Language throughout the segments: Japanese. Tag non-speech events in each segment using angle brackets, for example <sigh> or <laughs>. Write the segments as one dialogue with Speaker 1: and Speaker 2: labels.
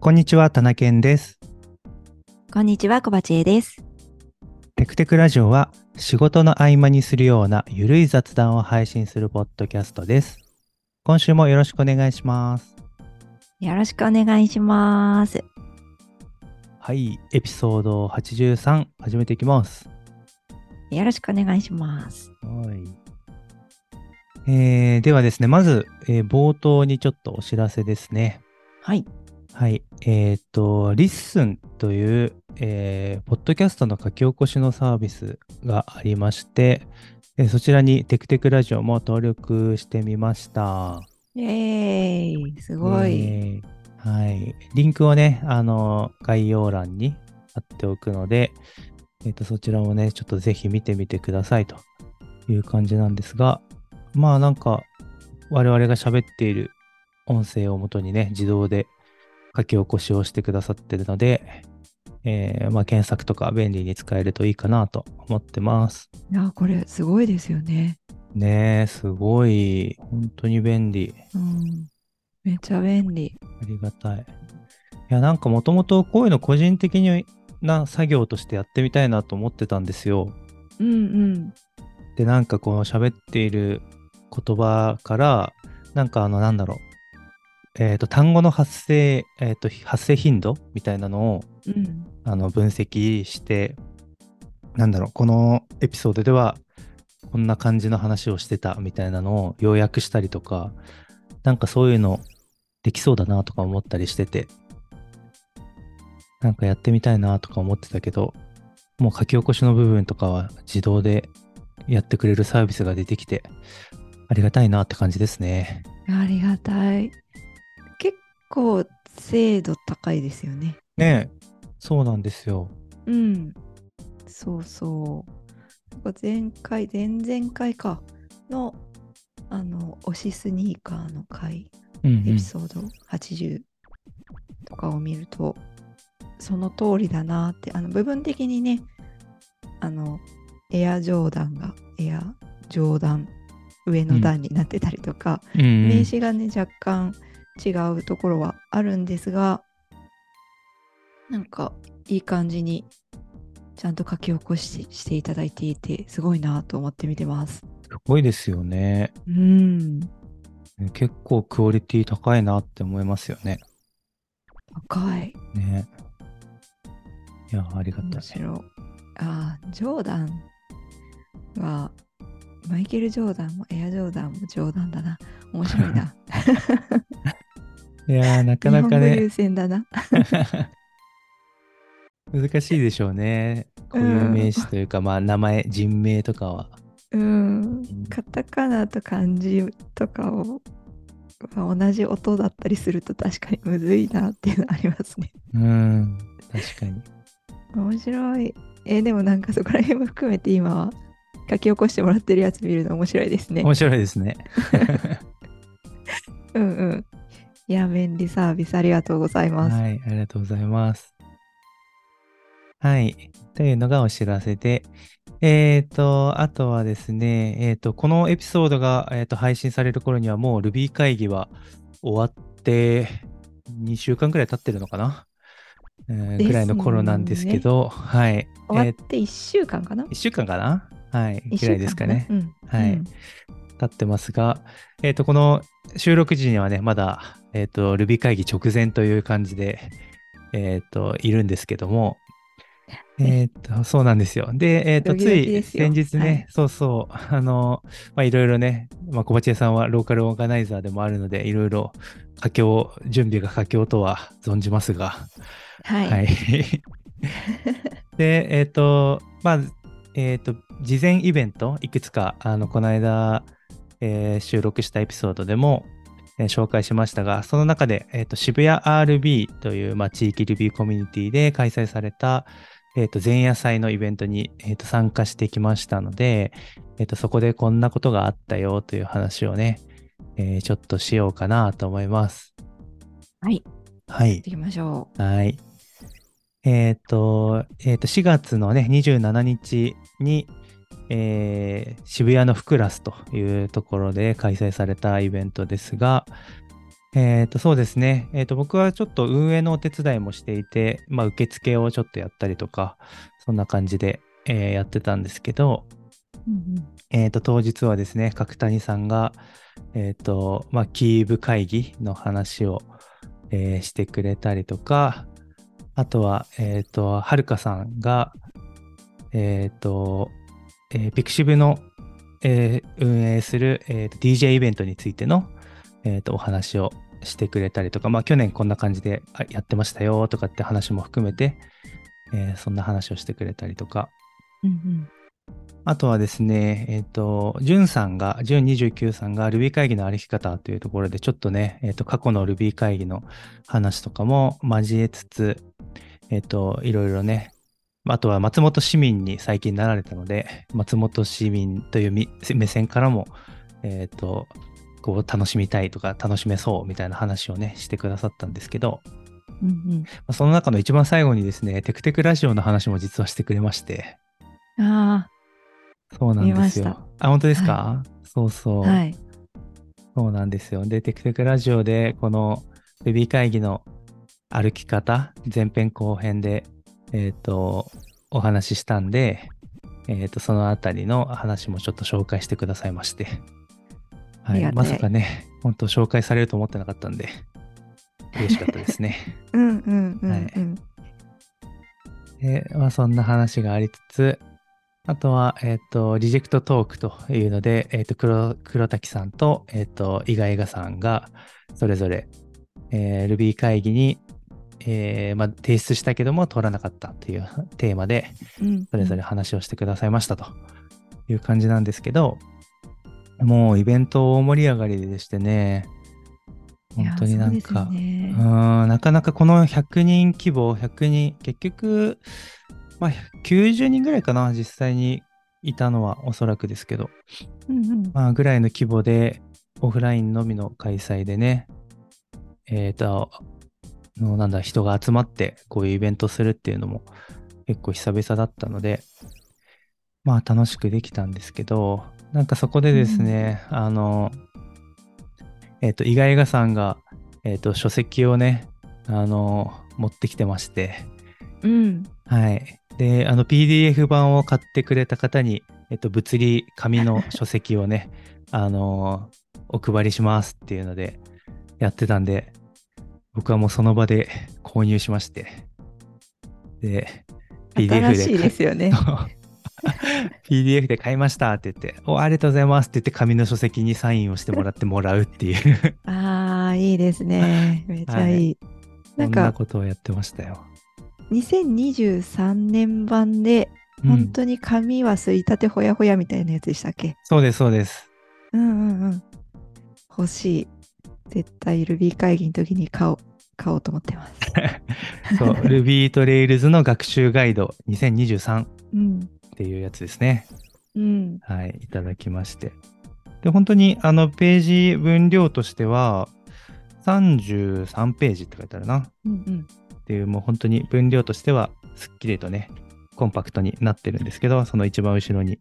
Speaker 1: こんにちは、たなけんです。
Speaker 2: こんにちは、こばちえです。
Speaker 1: テクテクラジオは仕事の合間にするようなゆるい雑談を配信するポッドキャストです。今週もよろしくお願いします。
Speaker 2: よろしくお願いします。
Speaker 1: はい、エピソード83始めていきます。
Speaker 2: よろしくお願いします。
Speaker 1: はい。えー、ではですね、まず、えー冒頭にちょっとお知らせですね。
Speaker 2: はい。
Speaker 1: はい。えっ、と、リッスンという、えーポッドキャストの書き起こしのサービスがありまして、えーそちらにテクテクラジオも登録してみました。
Speaker 2: イエーイすごい。
Speaker 1: えーはい。リンクをね、あの、概要欄に貼っておくので、えっ、と、そちらもね、ちょっとぜひ見てみてくださいという感じなんですが、まあなんか、我々が喋っている音声をもとにね、自動で書き起こしをしてくださってるので、えーまあ検索とか便利に使えるといいかなと思ってます。
Speaker 2: いや、これすごいですよね。
Speaker 1: ねえ、すごい、本当に便利。
Speaker 2: うん。めっちゃ便利。
Speaker 1: ありがたい。いや、なんかもともとこういうの個人的な作業としてやってみたいなと思ってたんですよ。
Speaker 2: うん
Speaker 1: で、なんかこの喋っている言葉から、なんかあの、なんだろう。えっ、と、単語の発生、えっ、と、発生頻度みたいなのを、
Speaker 2: うん。うん。
Speaker 1: あの、分析して、なんだろう、このエピソードでは、こんな感じの話をしてたみたいなのを要約したりとか、なんかそういうのできそうだなとか思ったりしてて、なんかやってみたいなとか思ってたけど、もう書き起こしの部分とかは自動でやってくれるサービスが出てきて、ありがたいなって感じですね。
Speaker 2: ありがたい。結構精度高いですよね。
Speaker 1: ねえ、そうなんですよ。
Speaker 2: うん。そうそう。なんか前回、前々回かの、あの、推しスニーカーの回、
Speaker 1: うん、
Speaker 2: エピソード80とかを見ると、その通りだなって、あの、部分的にね、あの、エアジョーダンがエアジョーダン上の段になってたりとか、
Speaker 1: うん。うん
Speaker 2: 名詞がね若干違うところはあるんですがなんかいい感じにちゃんと書き起こししていただいていてすごいなと思って見てます。
Speaker 1: すごいですよね。
Speaker 2: うん
Speaker 1: ね結構クオリティ高いなって思いますよね。
Speaker 2: 高い
Speaker 1: ね。いや、ありがた
Speaker 2: 面
Speaker 1: い。
Speaker 2: 白い。あージョーダンはマイケル・ジョーダンもエア・ジョーダンもジョーダンだな面白い <laughs> な
Speaker 1: いやー、なか
Speaker 2: 日
Speaker 1: な
Speaker 2: 本
Speaker 1: か
Speaker 2: 語
Speaker 1: ね
Speaker 2: 優、先だな <laughs>
Speaker 1: 難しいでしょうね。固有名詞というか、まあ、名前、人名とかは。
Speaker 2: うんカタカナと漢字とかをまあ同じ音だったりすると確かにむずいなっていうのありますね。
Speaker 1: うん、確かに。
Speaker 2: <laughs> 面白い。えーでもなんかそこら辺も含めて今は書き起こしてもらってるやつ見るの面白いですね。
Speaker 1: 面白いですね。
Speaker 2: うんうん。いや、便利サービスありがとうございます。
Speaker 1: はい、ありがとうございます。はい、というのがお知らせで、えっ、と、あとはですね、えっ、と、このエピソードが、えー、と配信される頃にはもう Ruby 会議は終わって2週間くらい経ってるのかな、えー
Speaker 2: です
Speaker 1: ぐらいの頃なんですけど、はい、
Speaker 2: 終
Speaker 1: え
Speaker 2: わって1週間かな、
Speaker 1: 1週間かなはい、
Speaker 2: 一
Speaker 1: ぐらいですかね。
Speaker 2: 週間かな
Speaker 1: はい
Speaker 2: うん
Speaker 1: 経ってますが、えっ、と、この収録時にはね、まだ、えっ、と、Ruby 会議直前という感じで、えっ、と、いるんですけども、えっ、と、そうなんですよ。で、えっ、と、
Speaker 2: ド
Speaker 1: つ
Speaker 2: キドキ
Speaker 1: い
Speaker 2: ですよ
Speaker 1: 先日ね、
Speaker 2: はい
Speaker 1: そうそう、あの、まあ、いろいろね、まあ、小鉢屋さんはローカルオーガナイザーでもあるので、いろいろ、佳境、準備が佳境とは存じますが、
Speaker 2: はい。
Speaker 1: はい。 <laughs> で、えっ、と、まあ、えっ、と、事前イベント、いくつか、あの、この間、えー収録したエピソードでも、えー紹介しましたが、その中で、えっ、と、渋谷 RB という、まあ、地域 Ruby コミュニティで開催された、えっ、と、前夜祭のイベントに、えっ、と、参加してきましたので、えっ、と、そこでこんなことがあったよという話をね、えーちょっとしようかなと思います。
Speaker 2: はい。
Speaker 1: はい
Speaker 2: 行っ。てきましょ
Speaker 1: はい。えっ、と、えっ、と、4月のね、27日に、えー渋谷のフクラスというところで開催されたイベントですが、えっ、と、そうですね。えっ、と、僕はちょっと運営のお手伝いもしていて、まあ、受付をちょっとやったりとか、そんな感じで、えーやってたんですけど、
Speaker 2: うん
Speaker 1: えっ、と、当日はですね、角谷さんが、えっ、と、まあ、キーブ会議の話を、えーしてくれたりとか、あとは、えっ、と、はるかさんが、えっ、と、えー、ピクシブの、えー運営する、えーと DJ イベントについての、えーとお話をしてくれたりとか、まあ、去年こんな感じであやってましたよとかって話も含めて、えーそんな話をしてくれたりとか、
Speaker 2: うんうん
Speaker 1: あとはですね、えっ、と、ジュンさんが、ジュン29さんが Ruby 会議の歩き方というところで、ちょっとね、えっ、と、過去の Ruby 会議の話とかも交えつつ、えっ、と、いろいろね、あとは松本市民に最近なられたので、松本市民というみ目線からも、えっ、と、こう楽しみたいとか楽しめそうみたいな話をね、してくださったんですけど、
Speaker 2: うんうん
Speaker 1: まあその中の一番最後にですね、テクテクラジオの話も実はしてくれまして、
Speaker 2: あ
Speaker 1: そうなん
Speaker 2: 見
Speaker 1: で
Speaker 2: ますし
Speaker 1: よ
Speaker 2: た。
Speaker 1: あ、本当ですか、そうそう、
Speaker 2: あはい
Speaker 1: そうなんですよ。で、テクテクラジオで、この Ruby 会議の歩き方、前編後編で、えっ、と、お話ししたんで、えっ、と、そのあたりの話もちょっと紹介してくださいまして。は
Speaker 2: ありが
Speaker 1: い。
Speaker 2: た
Speaker 1: ま
Speaker 2: い
Speaker 1: さかね、本当紹介されると思ってなかったんで、嬉しかったですね。
Speaker 2: うんうんうんうん、
Speaker 1: はいで、まあ、そんな話がありつつ、あとは、えっ、と、リジェクトトークというので、えっ、と黒、黒滝さんと、えっ、と、伊賀映画さんが、それぞれ、えー Ruby 会議に、えーまあ、提出したけども、通らなかったという <laughs> テーマで、
Speaker 2: うん
Speaker 1: それぞれ話をしてくださいましたという感じなんですけど、もうイベント大盛り上がりでしてね、本当になんか、
Speaker 2: いやーそうですよね
Speaker 1: うーんなかなかこの100人規模、100人、結局、まあ、90人ぐらいかな、実際にいたのはおそらくですけど、
Speaker 2: うんうん
Speaker 1: まあ、ぐらいの規模で、オフラインのみの開催でね、えっ、と、あのなんだ、人が集まって、こういうイベントするっていうのも、結構久々だったので、まあ、楽しくできたんですけど、なんかそこでですね、あの、えっ、と、伊賀映画さんが、えっ、と、書籍をね、あの、持ってきてまして、
Speaker 2: うん
Speaker 1: はい。で、あの PDF 版を買ってくれた方に、えっと、物理紙の書籍をね、 <laughs> あのーお配りしますっていうのでやってたんで、僕はもうその場で <laughs> 購入しまして、で、
Speaker 2: 新しいですよね
Speaker 1: <laughs> PDF で買いましたって言って、お、ありがとうございますって言って紙の書籍にサインをしてもらってもらうっていう、
Speaker 2: ああいいですねめっちゃいい、な
Speaker 1: そ
Speaker 2: ん
Speaker 1: んな
Speaker 2: か
Speaker 1: ことをやってましたよ。
Speaker 2: 2023年版で
Speaker 1: うん
Speaker 2: 本当に髪はすりたてほやほやみたいなやつでしたっけ、
Speaker 1: そうです、そうです。
Speaker 2: うんうんうん欲しい絶対 Ruby 会議の時に買おう買おうと思ってます
Speaker 1: そう、Ruby と Rails の学習ガイド2023っ
Speaker 2: うん
Speaker 1: ていうやつですね。
Speaker 2: うん
Speaker 1: はい、いただきまして。で、本当にあのページ分量としては33ページって書いてあるな。
Speaker 2: うんうん
Speaker 1: っていう、もう本当に分量としてはすっきりとね、コンパクトになってるんですけど、その一番後ろに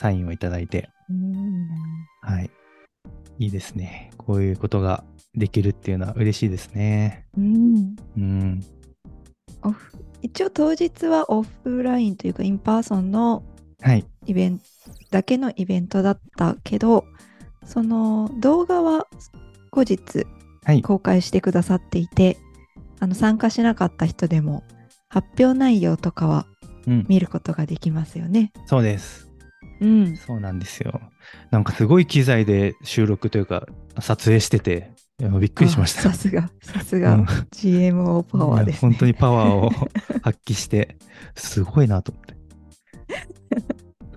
Speaker 1: サインをいただいて、
Speaker 2: うん
Speaker 1: はい。いいですね。こういうことができるっていうのは嬉しいですね。
Speaker 2: うん
Speaker 1: うん。
Speaker 2: オフ一応当日はオフラインというかインパーソンの
Speaker 1: はい。
Speaker 2: イベントだけのイベントだったけどその動画は後日
Speaker 1: はい。
Speaker 2: 公開してくださっていてあの参加しなかった人でも発表内容とかは
Speaker 1: うん。
Speaker 2: 見ることができますよね。
Speaker 1: そうです。
Speaker 2: うん、
Speaker 1: そうなんですよ。なんかすごい機材で収録というか、撮影してて、いやびっくりしまし
Speaker 2: あ
Speaker 1: た。
Speaker 2: さすがさす
Speaker 1: う
Speaker 2: が
Speaker 1: ん
Speaker 2: GMO パワーです、
Speaker 1: い
Speaker 2: ね
Speaker 1: や本当にパワーを <laughs> 発揮して、すごいなと思って。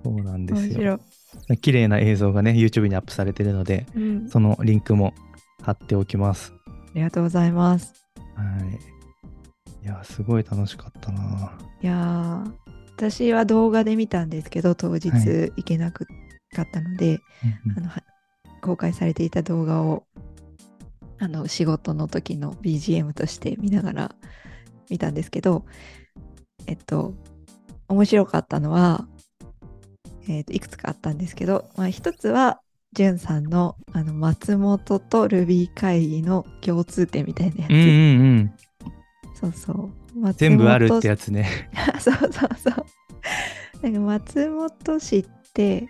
Speaker 1: そうなんです
Speaker 2: 面
Speaker 1: よ。
Speaker 2: 白い、
Speaker 1: 綺麗な映像がね、YouTube にアップされてるので、
Speaker 2: うん、あ
Speaker 1: そのリンクも貼っておきます。
Speaker 2: りがとうございます。
Speaker 1: はい。いや、すごい楽しかったない
Speaker 2: やー私は動画で見たんですけど当日
Speaker 1: はい
Speaker 2: 行けなくかったので、あのは公開されていた動画をあの仕事の時の BGM として見ながら見たんですけどえっと面白かったのは、えっといくつかあったんですけど、まあ、一つはじゅんさんのあの松本とルビー会議の共通点みたいなやつ、
Speaker 1: うんうんうん。
Speaker 2: そうそう松本
Speaker 1: 全部あるってやつね。
Speaker 2: つ <laughs> そうそうそうなんか松本市って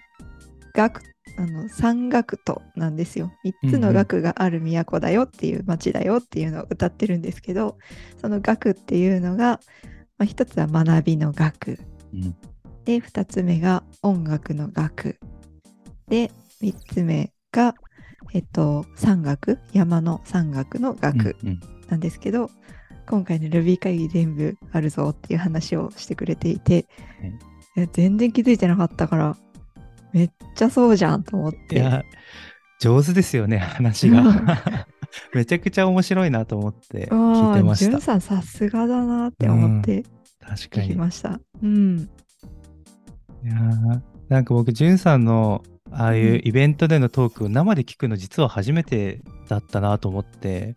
Speaker 2: 学あの三学都なんですよ3
Speaker 1: う
Speaker 2: つ
Speaker 1: んう
Speaker 2: の
Speaker 1: ん
Speaker 2: 学がある都だよっていう町だよっていうのを歌ってるんですけど、その学っていうのが、まあ、1つは学びの学
Speaker 1: うん
Speaker 2: で2つ目が音楽の楽で3つ目がえっと山岳山の山岳の楽
Speaker 1: うんうん
Speaker 2: なんですけど、今回のルビー会議全部あるぞっていう話をしてくれていて、
Speaker 1: はい
Speaker 2: いや全然気づいてなかったからめっちゃそうじゃんと思っ
Speaker 1: い
Speaker 2: て
Speaker 1: や、上手ですよね、話
Speaker 2: <laughs>
Speaker 1: が。めちゃくちゃ面白いなと思って聞いてまし
Speaker 2: ジュ
Speaker 1: た
Speaker 2: ン。さんさすがだなって思って
Speaker 1: 確か
Speaker 2: 聞
Speaker 1: に。
Speaker 2: き
Speaker 1: い
Speaker 2: ました。うん、
Speaker 1: やーなんか僕、じゅんさんのああいうイベントでのトークを生で聞くの実は初めてだったなと思って。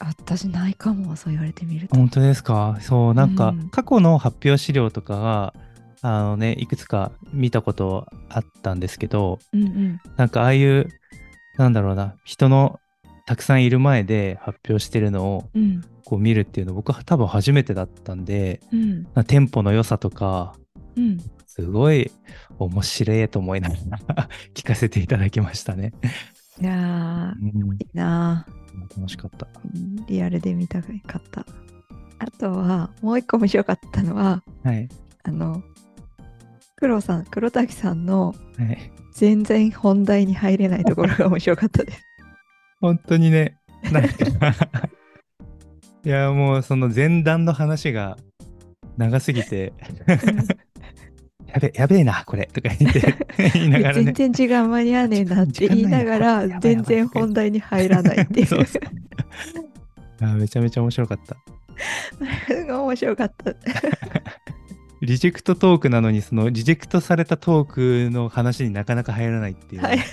Speaker 2: あ私ないかもそう言われてみると。
Speaker 1: 本当ですかそう、なん
Speaker 2: う
Speaker 1: か
Speaker 2: ん
Speaker 1: 過去の発表資料とかが、あのね、いくつか見たことあったんですけど、
Speaker 2: うんうん
Speaker 1: なんかああいう、なんだろうな、人のたくさんいる前で発表してるのを
Speaker 2: うん
Speaker 1: こう見るっていうの僕は多分初めてだったんで、
Speaker 2: うん
Speaker 1: なんかテンポの良さとか、
Speaker 2: うん
Speaker 1: すごい面白いと思いながら <laughs> 聞かせていただきましたね。
Speaker 2: いや
Speaker 1: うん
Speaker 2: ーいいなー
Speaker 1: 楽しかった。
Speaker 2: うんリアルで見たかったあとはもう一個面白かったのは
Speaker 1: はい。
Speaker 2: あの黒さん黒滝さんの
Speaker 1: はい、
Speaker 2: 全然本題に入れないところが面白かっ
Speaker 1: <laughs>
Speaker 2: たです
Speaker 1: 本当にね、なんか <laughs> いや、もうその前段の話が長すぎて、やべ、やべえな、これ、とか言って言いながらね。
Speaker 2: 全然時間間に合わねえなって言いなが
Speaker 1: <laughs> 時間ないな
Speaker 2: ら全然本題に入らないってい
Speaker 1: <laughs>
Speaker 2: う
Speaker 1: そうそうあめちゃめちゃ面白かった。
Speaker 2: すごい面白かった
Speaker 1: リジェクトトークなのに、そのリジェクトされたトークの話になかなか入らないっていう。
Speaker 2: はい <laughs>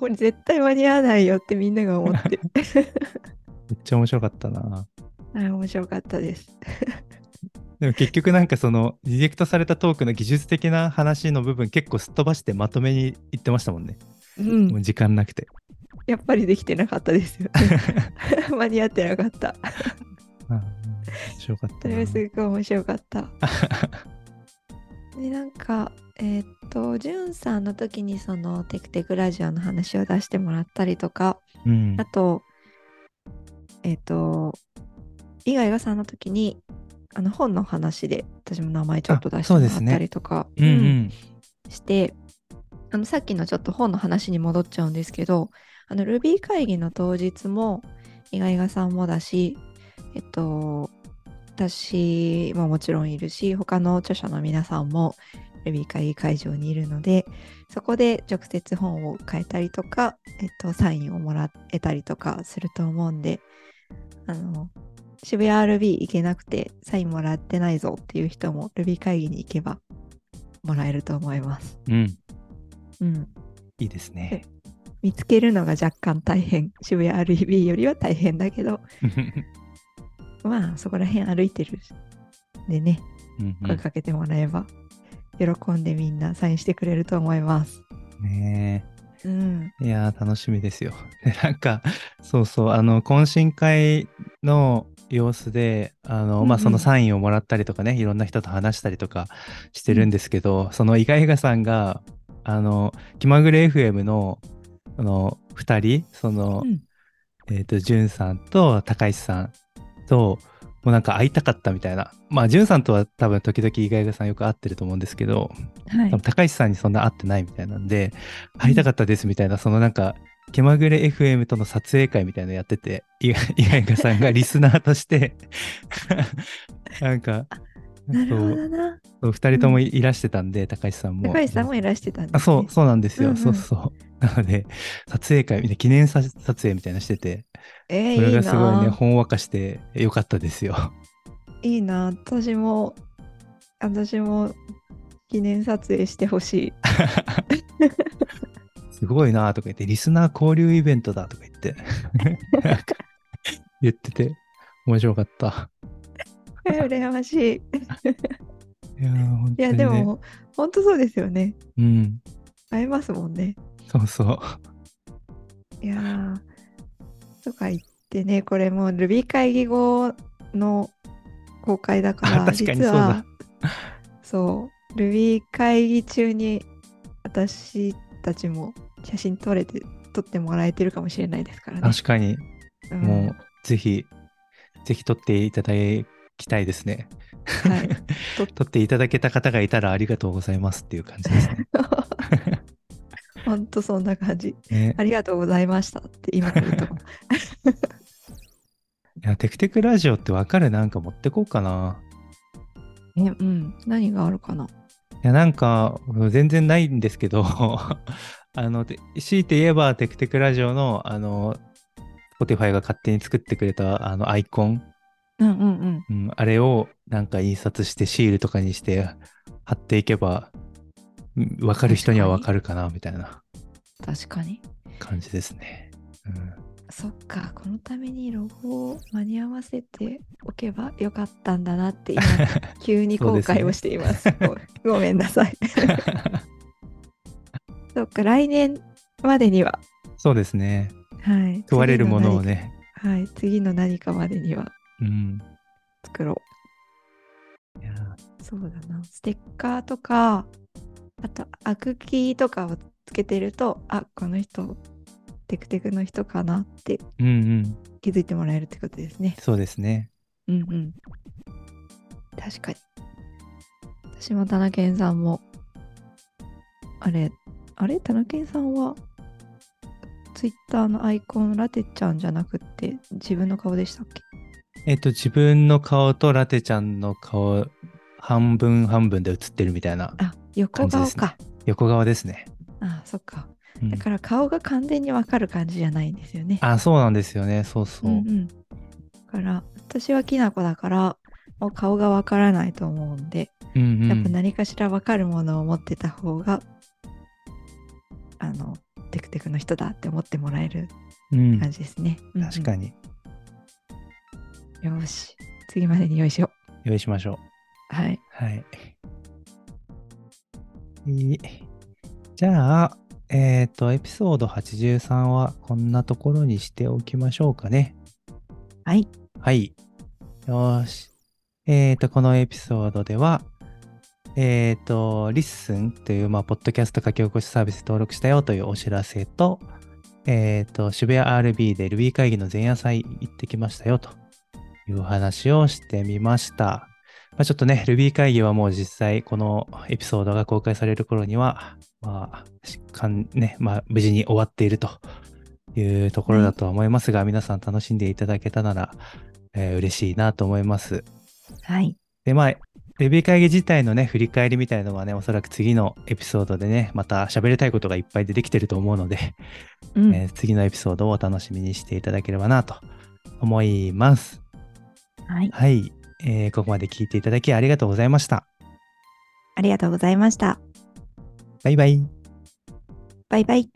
Speaker 2: これ絶対間に合わないよってみんなが思って
Speaker 1: <laughs> めっちゃ面白かったな。
Speaker 2: あれ面白かったです
Speaker 1: でも結局なんかそのリジェクトされたトークの技術的な話の部分結構すっ飛ばしてまとめに言ってましたもんね。
Speaker 2: うん
Speaker 1: もう時間なくて。
Speaker 2: やっぱりできてなかったで
Speaker 1: <laughs>
Speaker 2: すよ。 <laughs> 間に合ってなかった。
Speaker 1: あ面白かった
Speaker 2: そ
Speaker 1: な。
Speaker 2: れはすごい面白かった。でなんかえーっとじゅんさんの時にその「テクテクラジオ」の話を出してもらったりとか
Speaker 1: うん
Speaker 2: あ。とえーっと伊賀伊賀さんの時にあの本の話で私も名前ちょっと出してもらったりとか、
Speaker 1: うんうん。
Speaker 2: してあのさっきのちょっと本の話に戻っちゃうんですけどあの Ruby 会議の当日もイガイガさんもだしえっと私ももちろんいるし他の著者の皆さんも Ruby 会議会場にいるのでそこで直接本を変えたりとか、えっと、サインをもらえたりとかすると思うんであの渋谷 RB 行けなくてサインもらってないぞっていう人も Ruby 会議に行けばもらえると思います。
Speaker 1: うん。
Speaker 2: うん、
Speaker 1: いいですね。
Speaker 2: 見つけるのが若干大変渋谷 REB よりは大変だけどまあそこら辺歩いてるんでね
Speaker 1: <laughs> うんう
Speaker 2: 声かけてもらえば、喜んでみんなサインしてくれると思います。
Speaker 1: んね
Speaker 2: うん、
Speaker 1: えいやー楽しみですよ。 <laughs> でなんかそうそうあの懇親会の様子であの、ま
Speaker 2: うんう
Speaker 1: あ、
Speaker 2: ん
Speaker 1: そのサインをもらったりとかねいろんな人と話したりとかしてるんですけど、そのイガイガさんがあの気まぐれ FM のあの2人その、
Speaker 2: うん
Speaker 1: えっ、と、じゅんさんと高石さんと、もうなんか会いたかったみたいな。まあ、じゅんさんとは多分時々イガイガさんよく会ってると思うんですけど、
Speaker 2: はい
Speaker 1: 多分高石さんにそんな会ってないみたいなんで、会いたかったですみたいな、そのなんか、気まぐれ FM との撮影会みたいなのやってて、イガイガイガさんがリスナーとして、 <laughs> なんか、
Speaker 2: なるほ
Speaker 1: そ
Speaker 2: どな。
Speaker 1: う、二人ともいいらしてたんで、高石さんも。
Speaker 2: 高橋さんもいらしてたんです、ね。
Speaker 1: あそうそうなんですよ、
Speaker 2: うんうん
Speaker 1: そうそう。なので、撮影会みたいな、記念さ撮影みたいなのしてて、
Speaker 2: え
Speaker 1: そ
Speaker 2: ー、
Speaker 1: れ
Speaker 2: いい
Speaker 1: がすごいね、
Speaker 2: な。
Speaker 1: ほんわかしてよかったですよ。
Speaker 2: いいな。私も、私も記念撮影して
Speaker 1: <laughs>
Speaker 2: ほしい。
Speaker 1: すごいなとか言って、リスナー交流イベントだとか言って、なんか言ってて、面白かった。
Speaker 2: えー羨ましい。
Speaker 1: いやー、本
Speaker 2: い
Speaker 1: 当に、
Speaker 2: や、
Speaker 1: ね。
Speaker 2: でも、本当そうですよね。
Speaker 1: うん。
Speaker 2: 会えますもんね。
Speaker 1: そうそう。
Speaker 2: いやーとか言ってね、これもう Ruby 会議後の公開だか
Speaker 1: あ
Speaker 2: ら、
Speaker 1: <laughs> 確かにそうだ
Speaker 2: 実はそう、Ruby 会議中に私たちも写真撮れて、撮ってもらえてるかもしれないですからね。
Speaker 1: 確かに、
Speaker 2: うん
Speaker 1: もう、ぜひ、ぜひ撮っていただきたいですね。
Speaker 2: はい。 <laughs>
Speaker 1: 撮っていただけた方がいたらありがとうございますっていう感じです
Speaker 2: <laughs>
Speaker 1: ね。
Speaker 2: ほんとそんな感じ。
Speaker 1: ね
Speaker 2: ありがとうございましたって今来ると。
Speaker 1: <laughs> いや、テクテクラジオってわかるなんか持ってこうかな。
Speaker 2: ね、うん。何があるかな。
Speaker 1: いや、なんか、全然ないんですけど、 <laughs> あの、で強いて言えば、テクテクラジオの、あの、Spotify が勝手に作ってくれた、あの、アイコン、
Speaker 2: うんうんうん。
Speaker 1: うん、あれを、なんか印刷して、シールとかにして、貼っていけば、うんわかる人にはわかるかな、みたいな
Speaker 2: 確かに。
Speaker 1: 感じですね。うん、
Speaker 2: そっか、このためにロゴを間に合わせておけばよかったんだな
Speaker 1: <laughs>
Speaker 2: って今、急に後悔をしています。ごごめんな
Speaker 1: <laughs>
Speaker 2: さい。そっか、来年までには、
Speaker 1: そうですね。
Speaker 2: はい。
Speaker 1: 問われるものをね。
Speaker 2: 次の何か。はい、次の何かまでには
Speaker 1: うん。
Speaker 2: 作ろ
Speaker 1: いや
Speaker 2: う。そうだな。ステッカーとか、あと、アクキーとかをつけてると、あ、この人、テクテクの人かなって
Speaker 1: うんうん。
Speaker 2: 気づいてもらえるってことですね。
Speaker 1: そうですね。
Speaker 2: うんうん。確かに。私も田中健さんも、あれ、あれ田中健さんは、ツイッターのアイコン、ラテちゃんじゃなくって、自分の顔でしたっけ
Speaker 1: えっと、自分の顔とラテちゃんの顔、半分半分で写ってるみたいな、
Speaker 2: あ、横
Speaker 1: 感
Speaker 2: 顔
Speaker 1: じですね
Speaker 2: か。
Speaker 1: 横側ですね。
Speaker 2: あそっか。
Speaker 1: うん
Speaker 2: だから顔が完全にわかる感じじゃないんですよね。
Speaker 1: あ、そうなんですよね。そうそうう。
Speaker 2: んうん。だから、私はきなこだから、もう顔がわからないと思うんで、
Speaker 1: うんうん
Speaker 2: やっぱ何かしら分かるものを持ってた方が、あのテクテクの人だって思ってもらえる
Speaker 1: うん
Speaker 2: 感じですね。
Speaker 1: 確か
Speaker 2: に。
Speaker 1: に。
Speaker 2: よーし、次までに用意しよ
Speaker 1: 用意しましょう。
Speaker 2: う。はい。
Speaker 1: はい。いいじゃあ、えっ、と、エピソード83はこんなところにしておきましょうかね。
Speaker 2: はい。
Speaker 1: はい。よーし。えっ、と、このエピソードでは、えっ、と、リッスンという、まあ、ポッドキャスト書き起こしサービス登録したよというお知らせと、えっ、と、渋谷 RB で Ruby 会議の前夜祭行ってきましたよというお話をしてみました。まあ、ちょっとね、Ruby 会議はもう実際、このエピソードが公開される頃には、まあ、しかんね、まあ、無事に終わっているというところだとは思いますが、皆さん楽しんでいただけたなら、えー嬉しいなと思います。
Speaker 2: はい。
Speaker 1: で、まあ、Ruby 会議自体のね、振り返りみたいのはね、おそらく次のエピソードでね、また喋りたいことがいっぱい出てきてると思うので、
Speaker 2: うん。
Speaker 1: えー次のエピソードをお楽しみにしていただければなと思います。
Speaker 2: はい。
Speaker 1: はい、えーここまで聞いていただきありがとうございました。
Speaker 2: ありがとうございました。
Speaker 1: バイバイ。
Speaker 2: バイバイ。